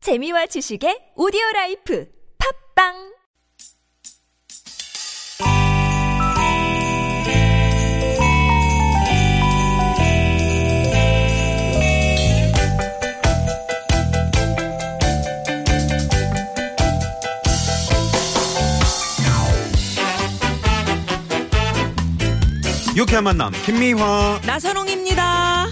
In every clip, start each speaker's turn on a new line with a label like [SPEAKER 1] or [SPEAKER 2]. [SPEAKER 1] 재미와 지식의 오디오 라이프 팝빵
[SPEAKER 2] 유쾌한 만남 김미화
[SPEAKER 3] 나선홍입니다.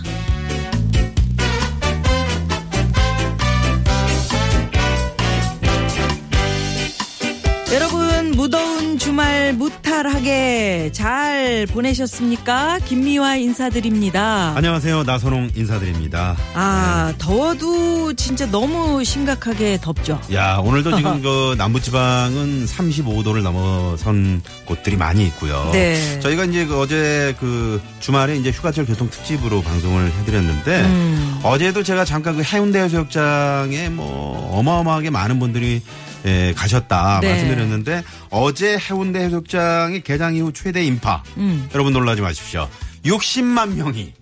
[SPEAKER 3] 여러분 무더운 주말 무탈하게 잘 보내셨습니까? 김미화 인사드립니다.
[SPEAKER 2] 안녕하세요 나선홍 인사드립니다 네.
[SPEAKER 3] 아 더워도 진짜 너무 심각하게 덥죠.
[SPEAKER 2] 야 오늘도 지금 그 남부지방은 35도를 넘어선 곳들이 많이 있고요
[SPEAKER 3] 네.
[SPEAKER 2] 저희가 이제 그 어제 그 주말에 이제 휴가철 교통 특집으로 방송을 해드렸는데
[SPEAKER 3] 음.
[SPEAKER 2] 어제도 제가 잠깐 그 해운대 해수욕장에 뭐 어마어마하게 많은 분들이 예, 가셨다
[SPEAKER 3] 네.
[SPEAKER 2] 말씀드렸는데 어제 해운대 해수욕장이 개장 이후 최대 인파
[SPEAKER 3] 음.
[SPEAKER 2] 여러분 놀라지 마십시오 60만 명이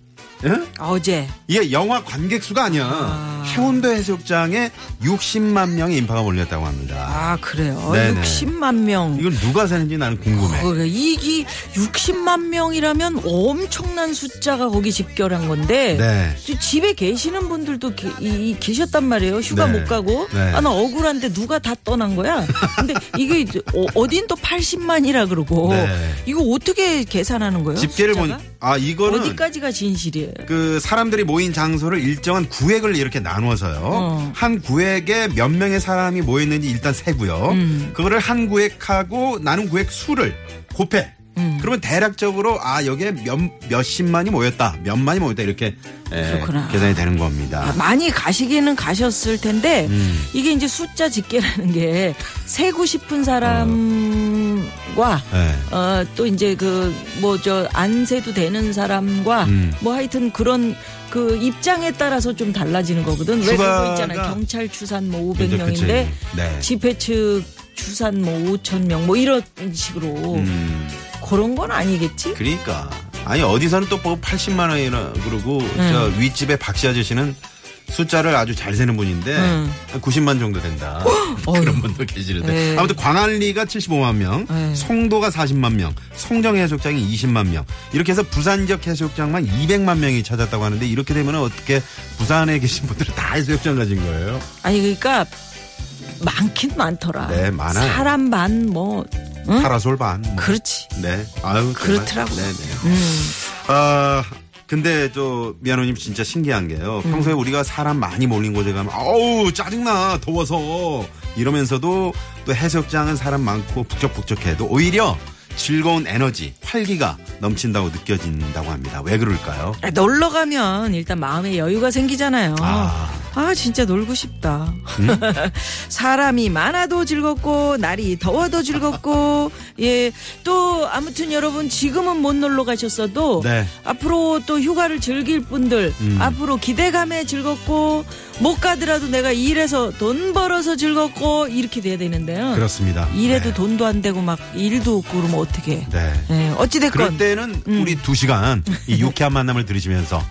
[SPEAKER 2] 예?
[SPEAKER 3] 어제
[SPEAKER 2] 이게 영화 관객 수가 아니야. 해운대 해수욕장에 60만 명의 인파가 몰렸다고 합니다.
[SPEAKER 3] 아 그래요.
[SPEAKER 2] 네네.
[SPEAKER 3] 60만 명. 어,
[SPEAKER 2] 이걸 누가 사는지 나는 궁금해.
[SPEAKER 3] 아, 그래 이게 60만 명이라면 엄청난 숫자가 거기 집결한 건데
[SPEAKER 2] 네.
[SPEAKER 3] 지- 집에 계시는 분들도 게, 이, 이- 계셨단 말이에요 휴가
[SPEAKER 2] 네.
[SPEAKER 3] 못 가고
[SPEAKER 2] 네.
[SPEAKER 3] 아 나 억울한데 누가 다 떠난 거야 근데 이게 이제 어, 어딘 또 80만이라 그러고
[SPEAKER 2] 네.
[SPEAKER 3] 이거 어떻게 계산하는 거예요
[SPEAKER 2] 집계를 보니
[SPEAKER 3] 숫자가?
[SPEAKER 2] 아 이거는
[SPEAKER 3] 어디까지가 진실이에요
[SPEAKER 2] 그 사람들이 모인 장소를 일정한 구획을 이렇게 나눠서요.
[SPEAKER 3] 어.
[SPEAKER 2] 한 구획에 몇 명의 사람이 모였는지 일단 세고요.
[SPEAKER 3] 음.
[SPEAKER 2] 그거를 한 구획하고 나눈 구획 수를 곱해.
[SPEAKER 3] 음.
[SPEAKER 2] 그러면 대략적으로 아 여기에 몇 몇십만이 모였다, 몇만이 모였다 이렇게 에,
[SPEAKER 3] 그렇구나.
[SPEAKER 2] 계산이 되는 겁니다.
[SPEAKER 3] 아, 많이 가시기는 가셨을 텐데
[SPEAKER 2] 음.
[SPEAKER 3] 이게 이제 숫자 집계라는 게 세고 싶은 사람과
[SPEAKER 2] 네.
[SPEAKER 3] 어, 또 이제 그, 뭐, 저, 안 세도 되는 사람과,
[SPEAKER 2] 음.
[SPEAKER 3] 뭐 하여튼 그런 그 입장에 따라서 좀 달라지는 거거든. 왜
[SPEAKER 2] 추가가-
[SPEAKER 3] 그거 있잖아. 경찰 추산 뭐
[SPEAKER 2] 이제 그치.
[SPEAKER 3] 500명인데,
[SPEAKER 2] 네.
[SPEAKER 3] 집회 측 추산 뭐 5,000명 뭐 이런 식으로.
[SPEAKER 2] 음.
[SPEAKER 3] 그런 건 아니겠지?
[SPEAKER 2] 그러니까 아니 어디서는 또 보고 80만 원이나 그러고
[SPEAKER 3] 음.
[SPEAKER 2] 저 윗집에 박씨 아저씨는 숫자를 아주 잘 세는 분인데
[SPEAKER 3] 음.
[SPEAKER 2] 한 90만 정도 된다 그런 분도 계시는데
[SPEAKER 3] 네.
[SPEAKER 2] 아무튼 광안리가 75만 명,
[SPEAKER 3] 네.
[SPEAKER 2] 송도가 40만 명, 송정 해수욕장이 20만 명 이렇게 해서 부산 지역 해수욕장만 200만 명이 찾았다고 하는데 이렇게 되면 어떻게 부산에 계신 분들은 다 해수욕장 가신 거예요?
[SPEAKER 3] 아니, 그러니까 많긴 많더라.
[SPEAKER 2] 네, 많아요. 음.
[SPEAKER 3] 사람 반 뭐, 응?
[SPEAKER 2] 파라솔 반. 뭐.
[SPEAKER 3] 그렇지.
[SPEAKER 2] 네. 아유 정말.
[SPEAKER 3] 그렇더라고요. 음.
[SPEAKER 2] 네, 네. 아, 근데 저 미아노님 진짜 신기한 게요.
[SPEAKER 3] 음.
[SPEAKER 2] 평소에 우리가 사람 많이 몰린 곳에 가면 아우 짜증나 더워서 이러면서도 또 해수욕장은 사람 많고 북적북적해도 오히려 즐거운 에너지, 활기가 넘친다고 느껴진다고 합니다. 왜 그럴까요?
[SPEAKER 3] 아, 놀러 가면 일단 마음에 여유가 생기잖아요.
[SPEAKER 2] 아.
[SPEAKER 3] 아, 진짜 놀고 싶다.
[SPEAKER 2] 음?
[SPEAKER 3] 사람이 많아도 즐겁고 날이 더워도 즐겁고 예 또 아무튼 여러분 지금은 못 놀러 가셨어도
[SPEAKER 2] 네. 음.
[SPEAKER 3] 앞으로 또 휴가를 즐길 분들 앞으로 기대감에 즐겁고 못 가더라도 내가 일해서 돈 벌어서 즐겁고 이렇게 돼야 되는데요.
[SPEAKER 2] 그렇습니다.
[SPEAKER 3] 일해도
[SPEAKER 2] 네.
[SPEAKER 3] 돈도 안 되고 막 일도 없고 그러면 어떻게?
[SPEAKER 2] 네.
[SPEAKER 3] 어찌
[SPEAKER 2] 그럴
[SPEAKER 3] 됐건
[SPEAKER 2] 때는
[SPEAKER 3] 음.
[SPEAKER 2] 우리 두 시간 이 유쾌한 만남을 들으시면서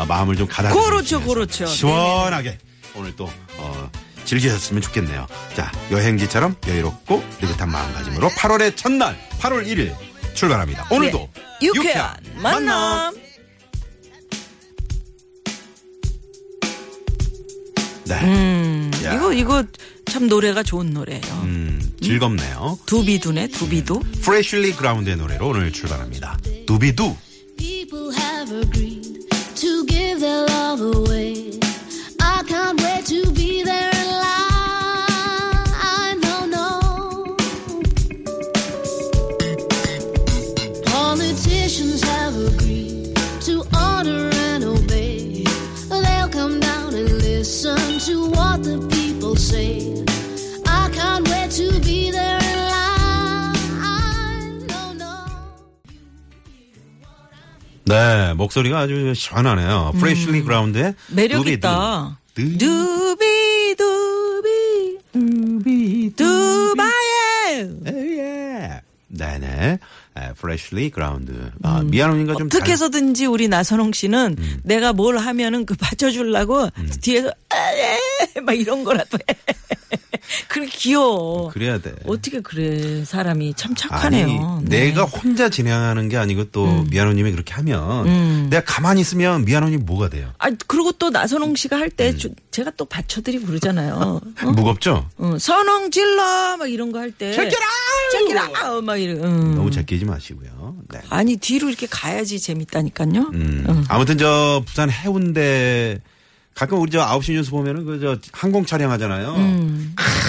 [SPEAKER 2] 아, 마음을 좀 가다듬고
[SPEAKER 3] 그렇죠, 그렇죠.
[SPEAKER 2] 시원하게 오늘 또 어, 즐기셨으면 좋겠네요. 자 여행지처럼 여유롭고 느긋한 마음가짐으로 8월의 첫날 8월 1일 출발합니다. 오늘도
[SPEAKER 3] 네. 유쾌한 만남.
[SPEAKER 2] 네. 야,
[SPEAKER 3] 음, 이거 이거 참 노래가 좋은 노래예요.
[SPEAKER 2] 음, 즐겁네요.
[SPEAKER 3] 두비두네 두비두.
[SPEAKER 2] 프레슐리 그라운드의 노래로 오늘 출발합니다. 두비두
[SPEAKER 4] People have agreed to give their love away. I can't wait to be there in line. No, no. Politicians have agreed to order and obey. They'll come down and listen to what the people say. I can't wait to be there in line. No, no.
[SPEAKER 2] 네 목소리가 아주 시원하네요. 프레슐리 그라운드의
[SPEAKER 3] 음. 매력
[SPEAKER 2] 두비두.
[SPEAKER 3] 있다.
[SPEAKER 2] 두-
[SPEAKER 3] 두비두비 두비 두바에.
[SPEAKER 2] 예. 네네. 프레쉬리 그라운드. 아, 미아노님과 좀.
[SPEAKER 3] 음. 어떻게 해서든지
[SPEAKER 2] 음.
[SPEAKER 3] 우리 나선홍 씨는 내가 뭘 하면은 그 받쳐주려고 뒤에서 아예 막 이런 거라도 해. 그렇게 귀여워.
[SPEAKER 2] 아, 그래야 돼.
[SPEAKER 3] 어떻게 그래 사람이 참 착하네요. 음.
[SPEAKER 2] 아니,
[SPEAKER 3] 네.
[SPEAKER 2] 내가 혼자 진행하는 게 아니고 또 미아노님이 그렇게 하면
[SPEAKER 3] 음.
[SPEAKER 2] 내가 가만히 있으면 미아노님 뭐가 돼요?
[SPEAKER 3] 아 그리고 또 나선홍 씨가 할
[SPEAKER 2] 음.
[SPEAKER 3] 때 제가 또 받쳐드리고 그러잖아요. 어?
[SPEAKER 2] 무겁죠? 네.
[SPEAKER 3] 어, 선홍 질러 막 이런 거 할 때. 제끼라! 제끼라! 막 이런. 음.
[SPEAKER 2] 너무 제끼지 마시고요. 네.
[SPEAKER 3] 아니 뒤로 이렇게 가야지 재밌다니까요.
[SPEAKER 2] 음. 아무튼 저 부산 해운대 가끔 우리 저 9시 뉴스 보면은 그 저 항공 촬영 하잖아요.
[SPEAKER 3] 음.
[SPEAKER 2] 크으,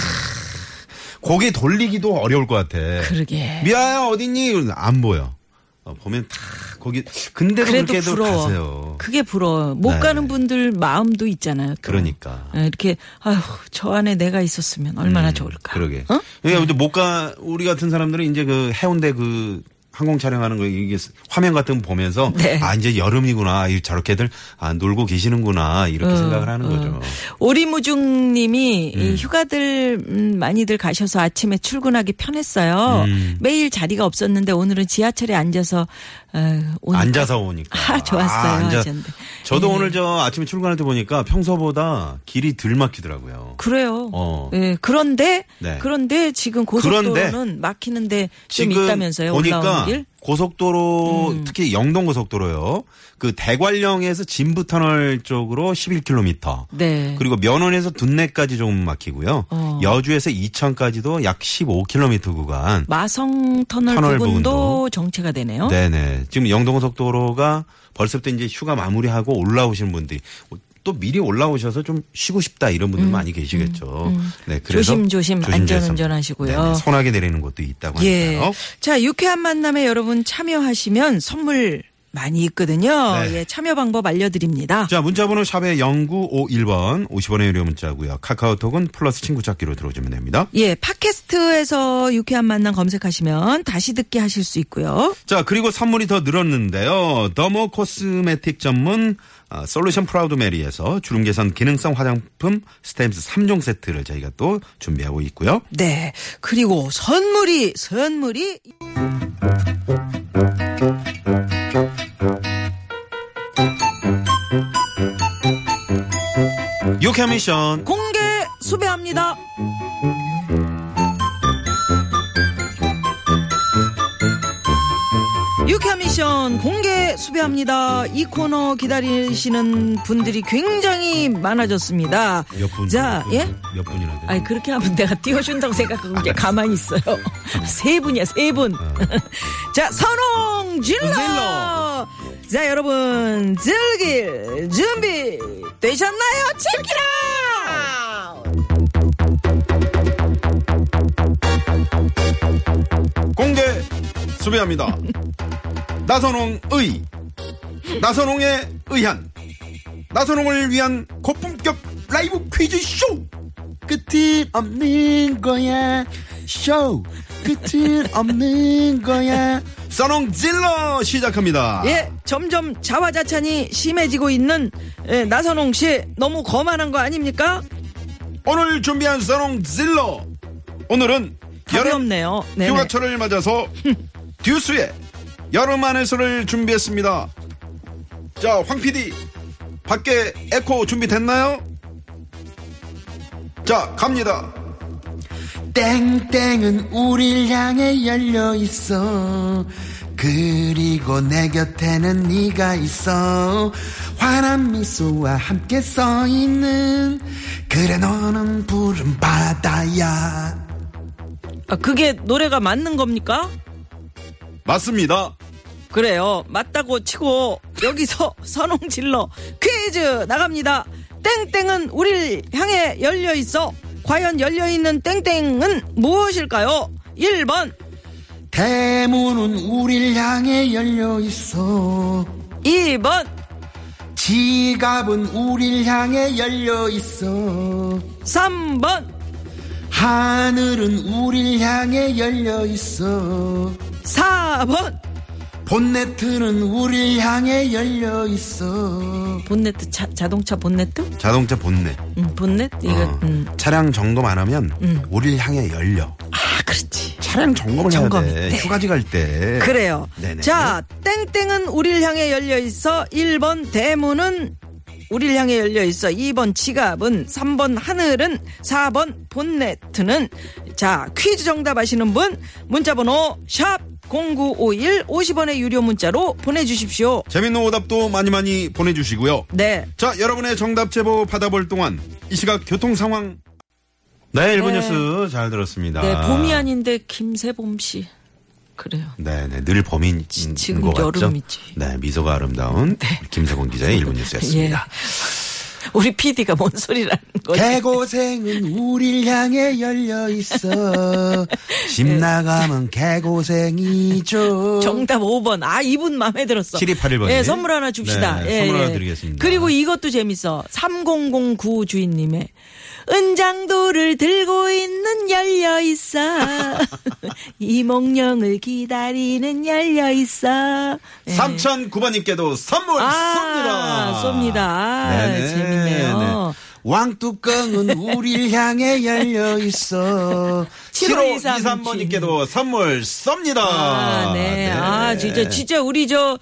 [SPEAKER 2] 고개 돌리기도 어려울 것 같아.
[SPEAKER 3] 그러게.
[SPEAKER 2] 네. 미아야 어딨니? 안 보여. 어, 보면 다 거기 근데도
[SPEAKER 3] 그래도
[SPEAKER 2] 그렇게도
[SPEAKER 3] 부러워.
[SPEAKER 2] 가세요.
[SPEAKER 3] 그게 부러워. 못
[SPEAKER 2] 네.
[SPEAKER 3] 가는 분들 마음도 있잖아요. 또.
[SPEAKER 2] 그러니까. 음,
[SPEAKER 3] 예, 이렇게 아휴 저 안에 내가 있었으면 얼마나 좋을까.
[SPEAKER 2] 그러게.
[SPEAKER 3] 어?
[SPEAKER 2] 예, 이제 못가 우리 같은 사람들은 이제 그 해운대 그 항공 촬영하는 거 이게 화면 같은 거 보면서
[SPEAKER 3] 네.
[SPEAKER 2] 아 이제 여름이구나 이 저렇게들 아 놀고 계시는구나
[SPEAKER 3] 어,
[SPEAKER 2] 이렇게 생각을 하는 거죠.
[SPEAKER 3] 오리무중님이 이 휴가들 음, 많이들 가셔서 아침에 출근하기 편했어요.
[SPEAKER 2] 음.
[SPEAKER 3] 매일 자리가 없었는데 오늘은 지하철에 앉아서 어, 오늘
[SPEAKER 2] 앉아서 오니까.
[SPEAKER 3] 아, 좋았어요.
[SPEAKER 2] 앉아-
[SPEAKER 3] 하셨는데.
[SPEAKER 2] 저도
[SPEAKER 3] 예.
[SPEAKER 2] 오늘 저 아침에 출근할 때 보니까 평소보다 길이 덜 막히더라고요.
[SPEAKER 3] 그래요.
[SPEAKER 2] 어.
[SPEAKER 3] 예, 그런데
[SPEAKER 2] 네.
[SPEAKER 3] 그런데 지금 고속도로는 막히는데 좀 있다면서요.
[SPEAKER 2] 보니까
[SPEAKER 3] 올라오는 길. 음.
[SPEAKER 2] 고속도로 특히 영동 고속도로요. 그 대관령에서 진부터널 쪽으로 11km.
[SPEAKER 3] 네.
[SPEAKER 2] 그리고 면원에서 둔내까지 조금 막히고요.
[SPEAKER 3] 어.
[SPEAKER 2] 여주에서 이천까지도 약 15km 구간.
[SPEAKER 3] 마성 터널,
[SPEAKER 2] 터널
[SPEAKER 3] 부분도,
[SPEAKER 2] 부분도.
[SPEAKER 3] 정체가 되네요.
[SPEAKER 2] 네네. 지금 영동고속도로가 벌써부터 이제 휴가 마무리하고 올라오시는 분들이 또 미리 올라오셔서 좀 쉬고 싶다 이런 분들 많이 계시겠죠. 네, 그래서
[SPEAKER 3] 음, 조심조심
[SPEAKER 2] 조심조심.
[SPEAKER 3] 안전운전하시고요.
[SPEAKER 2] 네네. 소나기 내리는 곳도 있다고
[SPEAKER 3] 예.
[SPEAKER 2] 하니까요.
[SPEAKER 3] 자, 유쾌한 만남에 여러분 참여하시면 선물 많이 있거든요.
[SPEAKER 2] 네.
[SPEAKER 3] 예, 참여 방법 알려드립니다.
[SPEAKER 2] 자, 문자번호 샵에 0951번 50원의 유료 문자고요. 카카오톡은 플러스 친구 찾기로 들어오시면 됩니다.
[SPEAKER 3] 예, 팟캐스트에서 유쾌한 만남 검색하시면 다시 듣게 하실 수 있고요.
[SPEAKER 2] 자, 그리고 선물이 더 늘었는데요. 더모 코스메틱 전문 아, 솔루션 프라우드 메리에서 주름 개선 기능성 화장품 스템스 3종 세트를 저희가 또 준비하고 있고요.
[SPEAKER 3] 네. 그리고 선물이, 선물이.
[SPEAKER 2] 유쾌 미션.
[SPEAKER 3] 공개 수배합니다. 유쾌한 미션 공개 수배합니다. 이 코너 기다리시는 분들이 굉장히 많아졌습니다.
[SPEAKER 2] 몇 분?
[SPEAKER 3] 자, 예?
[SPEAKER 2] 몇 분이나 돼요?
[SPEAKER 3] 아니 그렇게 하면 내가 띄워준다고 생각하고 이제 가만히 있어요. 세 분이야 세
[SPEAKER 2] 어.
[SPEAKER 3] 분. 자 선홍 질러.
[SPEAKER 2] 질러.
[SPEAKER 3] 자 여러분 즐길 준비 되셨나요? 체키라.
[SPEAKER 2] 공개 수배합니다. 나선홍의 나선홍에 의한 나선홍을 위한 고품격 라이브 퀴즈 쇼 끝이 없는 거야 쇼 끝이 없는 거야 선홍 질러 시작합니다.
[SPEAKER 3] 예 점점 자화자찬이 심해지고 있는 예, 나선홍 씨 너무 거만한 거 아닙니까?
[SPEAKER 2] 오늘 준비한 선홍 질러 오늘은
[SPEAKER 3] 답이 없네요. 네.
[SPEAKER 2] 휴가철을 맞아서 듀스의 여름 안에서를 준비했습니다. 자, 황 PD, 밖에 에코 준비됐나요? 자, 갑니다.
[SPEAKER 5] 땡땡은 우릴 향해 열려 있어 그리고 내 곁에는 네가 있어 환한 미소와 함께 서 있는 그래 너는 부른 바다야
[SPEAKER 3] 아, 그게 노래가 맞는 겁니까?
[SPEAKER 2] 맞습니다.
[SPEAKER 3] 그래요. 맞다고 치고 여기서 선홍질러 퀴즈 나갑니다. 땡땡은 우릴 향해 열려 있어. 과연 열려 있는 땡땡은 무엇일까요? 1번,
[SPEAKER 5] 대문은 우릴 향해 열려 있어
[SPEAKER 3] 2번,
[SPEAKER 5] 지갑은 우릴 향해 열려 있어
[SPEAKER 3] 3번,
[SPEAKER 5] 하늘은 우릴 향해 열려 있어
[SPEAKER 3] 4번.
[SPEAKER 5] 본네트는 우릴 향해 열려 있어.
[SPEAKER 3] 본네트 차- 자동차 본네트?
[SPEAKER 2] 자동차 본네.
[SPEAKER 3] 음, 본넷 이거
[SPEAKER 2] 어,
[SPEAKER 3] 음.
[SPEAKER 2] 차량 점검 안 하면 우리를 향해 열려.
[SPEAKER 3] 아, 그렇지.
[SPEAKER 2] 차량 점검을
[SPEAKER 3] 음. 점검이
[SPEAKER 2] 해야 돼.
[SPEAKER 3] 돼.
[SPEAKER 2] 휴가지 갈 때.
[SPEAKER 3] 그래요.
[SPEAKER 2] 네네.
[SPEAKER 3] 자, 땡땡은 우릴 향해 열려 있어. 1번 대문은 우릴 향해 열려 있어. 2번 지갑은, 3번 하늘은, 4번 본네트는. 자, 퀴즈 정답 아시는 분, 문자번호 샵0951 50원의 유료 문자로 보내주십시오.
[SPEAKER 2] 재밌는 오답도 많이 많이 보내주시고요.
[SPEAKER 3] 네.
[SPEAKER 2] 자, 여러분의 정답 제보 받아볼 동안 이 시각 교통 상황. 네, 일본
[SPEAKER 3] 네.
[SPEAKER 2] 뉴스 잘 들었습니다.
[SPEAKER 3] 네, 봄이 아닌데 김세범 씨. 그래요.
[SPEAKER 2] 네, 네, 늘 봄인
[SPEAKER 3] 지-
[SPEAKER 2] 것
[SPEAKER 3] 지금
[SPEAKER 2] 같죠.
[SPEAKER 3] 여름이지. 네.
[SPEAKER 2] 네, 미소가 아름다운 김세곤 기자의 일본 뉴스였습니다.
[SPEAKER 3] 예. 우리 PD가 뭔 소리라는 거지?
[SPEAKER 5] 개고생은 우릴 향해 열려 있어. 집 나가면 개고생이죠.
[SPEAKER 3] 정답 5번. 아, 이분 마음에 들었어.
[SPEAKER 2] 7281 어. 번님.
[SPEAKER 3] 예, 선물 하나 줍시다.
[SPEAKER 2] 네,
[SPEAKER 3] 예,
[SPEAKER 2] 선물 하나
[SPEAKER 3] 예.
[SPEAKER 2] 드리겠습니다.
[SPEAKER 3] 그리고 이것도 재밌어. 3009 주인님의 은장도를 들고 있는 열려 있어. 이몽룡을 기다리는 열려 있어. 예.
[SPEAKER 2] 삼천 구번님께도 선물
[SPEAKER 3] 아,
[SPEAKER 2] 쏩니다.
[SPEAKER 3] 쏩니다. 아, 재밌네요.
[SPEAKER 5] 왕뚜껑은 우릴 향해 열려 있어.
[SPEAKER 3] 7523
[SPEAKER 2] 번님께도 선물 쏩니다.
[SPEAKER 3] 아, 네. 아, 진짜, 진짜 우리 저,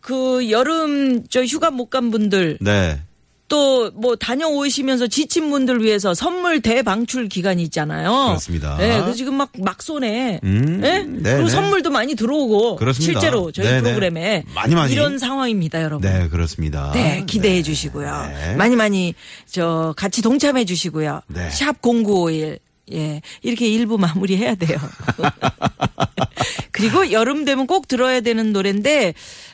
[SPEAKER 3] 그, 여름, 저, 휴가 못 간 분들,
[SPEAKER 2] 네.
[SPEAKER 3] 또 뭐 다녀오시면서 지친 분들 위해서 선물 대방출 기간이 있잖아요.
[SPEAKER 2] 그렇습니다.
[SPEAKER 3] 네, 그래서 지금 막 막손에
[SPEAKER 2] 음,
[SPEAKER 3] 예?
[SPEAKER 2] 네,
[SPEAKER 3] 그리고
[SPEAKER 2] 네.
[SPEAKER 3] 선물도 많이 들어오고
[SPEAKER 2] 그렇습니다.
[SPEAKER 3] 실제로 저희
[SPEAKER 2] 네, 네.
[SPEAKER 3] 프로그램에
[SPEAKER 2] 많이 많이.
[SPEAKER 3] 이런 상황입니다, 여러분.
[SPEAKER 2] 네, 그렇습니다.
[SPEAKER 3] 네, 기대해 주시고요.
[SPEAKER 2] 네.
[SPEAKER 3] 많이 많이 저 같이 동참해 주시고요.
[SPEAKER 2] 네.
[SPEAKER 3] 샵 0951. 예. 이렇게 일부 마무리해야 돼요. 그리고 여름 되면 꼭 들어야 되는 노래인데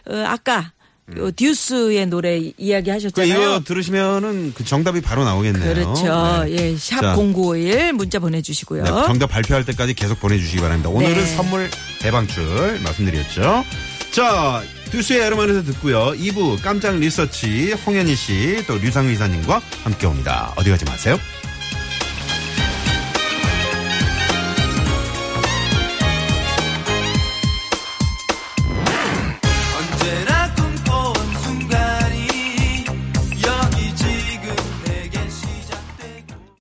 [SPEAKER 3] 어, 아까 요 듀스의 노래 이야기
[SPEAKER 2] 음. 그
[SPEAKER 3] 하셨잖아요.
[SPEAKER 2] 이거 들으시면은 그 정답이 바로 나오겠네요.
[SPEAKER 3] 그렇죠.
[SPEAKER 2] 네.
[SPEAKER 3] 예,
[SPEAKER 2] 자,
[SPEAKER 3] 샵 0951 문자 보내주시고요.
[SPEAKER 2] 네, 정답 발표할 때까지 계속 보내주시기 바랍니다. 오늘은
[SPEAKER 3] 어? 네.
[SPEAKER 2] 선물 대방출 말씀드렸죠. 자, 뉴스의 에르만에서 듣고요. 2부 깜짝 리서치 홍현희 씨, 또 류상우 이사님과 함께 옵니다. 어디 가지 마세요.